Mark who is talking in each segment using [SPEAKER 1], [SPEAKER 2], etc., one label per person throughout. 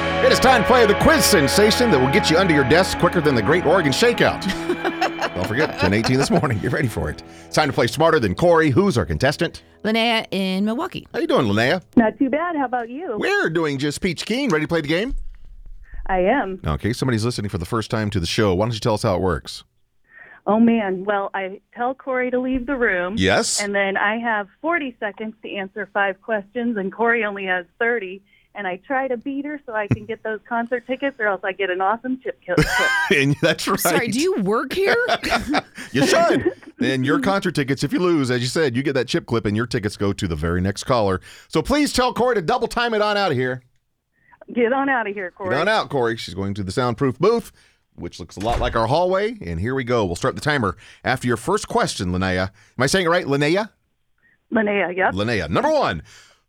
[SPEAKER 1] It is time to play the quiz sensation that will get you under your desk quicker than the Great Oregon Shakeout. Don't forget, 1018 this morning. You're ready for it. It's time to play Smarter Than Corey. Who's our contestant?
[SPEAKER 2] Linnea in Milwaukee.
[SPEAKER 1] How you doing, Linnea?
[SPEAKER 3] Not too bad. How about you?
[SPEAKER 1] We're doing just peach keen. Ready to play the game?
[SPEAKER 3] I am.
[SPEAKER 1] Okay, somebody's listening for the first time to the show. Why don't you tell us how it works?
[SPEAKER 3] Oh, man. Well, I tell Corey to leave the room.
[SPEAKER 1] Yes.
[SPEAKER 3] And then I have 40 seconds to answer five questions, and Corey only has 30. And I try to beat her so I can get those concert tickets, or else I get an awesome chip kill.
[SPEAKER 1] And that's right.
[SPEAKER 2] Sorry, do you work here?
[SPEAKER 1] You should. and your concert tickets, if you lose, as you said, you get that chip clip and your tickets go to the very next caller. So please tell Corey to double time it on out of here.
[SPEAKER 3] get on out of here, Corey.
[SPEAKER 1] Get on out, Corey. She's going to the soundproof booth, which looks a lot like our hallway. And here we go. We'll start the timer after your first question, Linnea. Am I saying it right? Linnea?
[SPEAKER 3] Linnea, yep.
[SPEAKER 1] Linnea. Number one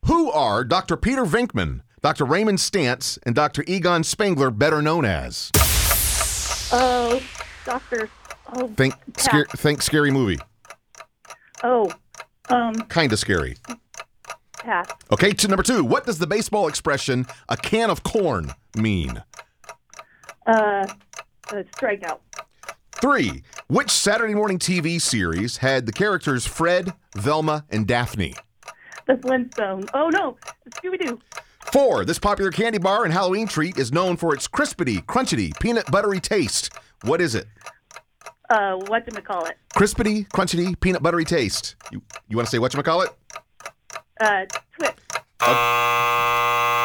[SPEAKER 1] Who are Dr. Peter Vinkman, Dr. Raymond Stantz, and Dr. Egon Spengler better known as?
[SPEAKER 3] oh, Dr. Oh,
[SPEAKER 1] Think, scare,
[SPEAKER 3] Pass.
[SPEAKER 1] think scary movie.
[SPEAKER 3] oh, um,
[SPEAKER 1] Kind of scary.
[SPEAKER 3] pass.
[SPEAKER 1] Okay, to number two. What does the baseball expression, a can of corn, mean?
[SPEAKER 3] Uh, uh, strikeout.
[SPEAKER 1] Three. Which Saturday morning TV series had the characters Fred, Velma, and Daphne?
[SPEAKER 3] The Flintstone. Oh, no. Scooby Doo.
[SPEAKER 1] Four. This popular candy bar and Halloween treat is known for its crispity, crunchity, peanut buttery taste. What is it?
[SPEAKER 3] Uh, whatchamacallit.
[SPEAKER 1] Crispity, crunchity, peanut buttery taste. You, you want to say whatchamacallit?
[SPEAKER 3] Uh, Twix.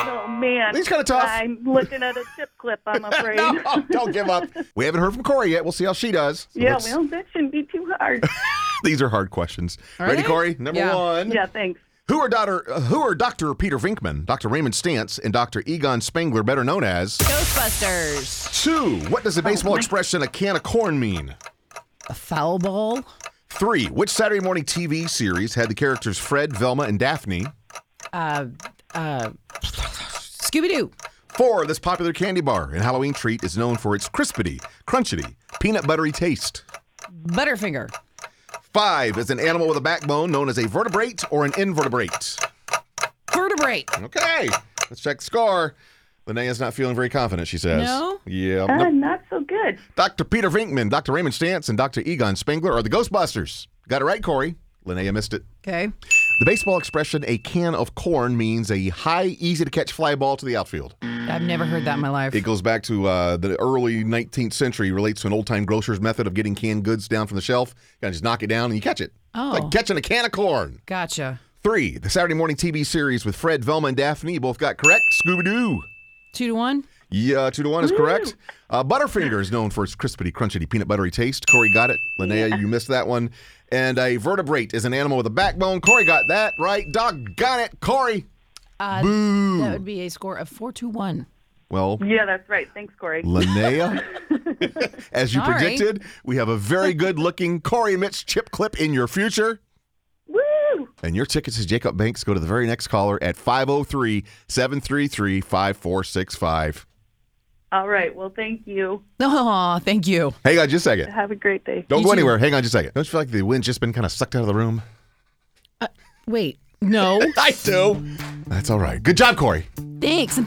[SPEAKER 3] Oh man,
[SPEAKER 1] These kinda tough.
[SPEAKER 3] I'm looking at a chip clip. I'm afraid.
[SPEAKER 1] No, don't give up. We haven't heard from Corey yet. We'll see how she does. So
[SPEAKER 3] Yeah,
[SPEAKER 1] let's-
[SPEAKER 3] well, that shouldn't be too hard.
[SPEAKER 1] These are hard questions.
[SPEAKER 2] Are
[SPEAKER 1] Ready,
[SPEAKER 2] they?
[SPEAKER 1] Corey? Number
[SPEAKER 2] Yeah.
[SPEAKER 1] one.
[SPEAKER 3] yeah, thanks.
[SPEAKER 1] Who are daughter? uh, who are Dr. Peter Vinkman, Dr. Raymond Stantz, and Dr. Egon Spengler, better known as?
[SPEAKER 2] Ghostbusters.
[SPEAKER 1] Two. What does the baseball expression "a can of corn" mean?
[SPEAKER 2] A foul ball.
[SPEAKER 1] Three. Which Saturday morning TV series had the characters Fred, Velma, and Daphne?
[SPEAKER 2] Uh, uh, Scooby Doo.
[SPEAKER 1] Four. This popular candy bar and Halloween treat is known for its crispity, crunchity, peanut buttery taste.
[SPEAKER 2] Butterfinger.
[SPEAKER 1] Five is an animal with a backbone known as a vertebrate or an invertebrate.
[SPEAKER 2] Vertebrate.
[SPEAKER 1] Okay, let's check the score. Linnea's not feeling very confident, she says.
[SPEAKER 2] No?
[SPEAKER 1] Yeah.
[SPEAKER 3] Uh,
[SPEAKER 1] no.
[SPEAKER 3] not so good.
[SPEAKER 1] Dr. Peter Vinkman, Dr. Raymond Stantz, and Dr. Egon Spengler are the Ghostbusters. Got it right, Corey. Linnea missed it.
[SPEAKER 2] Okay.
[SPEAKER 1] The baseball expression, a can of corn, means a high, easy to catch fly ball to the outfield.
[SPEAKER 2] I've never heard that in my life.
[SPEAKER 1] It goes back to uh, the early 19th century, relates to an old time grocer's method of getting canned goods down from the shelf. You gotta just knock it down and you catch it.
[SPEAKER 2] Oh.
[SPEAKER 1] Like catching a can of corn.
[SPEAKER 2] Gotcha.
[SPEAKER 1] Three, the Saturday morning TV series with Fred, Velma, and Daphne you both got correct. Scooby Doo.
[SPEAKER 2] Two to one.
[SPEAKER 1] Yeah, two to one is correct. Uh, Butterfinger is known for its crispity, crunchity, peanut buttery taste. Corey got it. Linnea, you missed that one. And a vertebrate is an animal with a backbone. Corey got that right. Doc got it. Corey.
[SPEAKER 2] Uh,
[SPEAKER 1] Boo.
[SPEAKER 2] That would be a score of four to one.
[SPEAKER 1] Well,
[SPEAKER 3] Yeah, that's right. Thanks, Corey.
[SPEAKER 1] Linnea, as you
[SPEAKER 2] Sorry.
[SPEAKER 1] predicted, we have a very good looking Corey Mitch chip clip in your future.
[SPEAKER 3] Woo!
[SPEAKER 1] And your tickets to Jacob Banks go to the very next caller at 503 733 5465.
[SPEAKER 3] All right. Well, thank you.
[SPEAKER 2] Oh, thank you.
[SPEAKER 1] Hang on just a second.
[SPEAKER 3] Have a great day.
[SPEAKER 1] Don't
[SPEAKER 2] You
[SPEAKER 1] go
[SPEAKER 2] too.
[SPEAKER 1] anywhere. Hang on just a second. Don't you feel like the wind's just been kind of sucked out of the room?
[SPEAKER 2] Wait. No.
[SPEAKER 1] I do. That's all right. Good job, Corey.
[SPEAKER 2] Thanks. And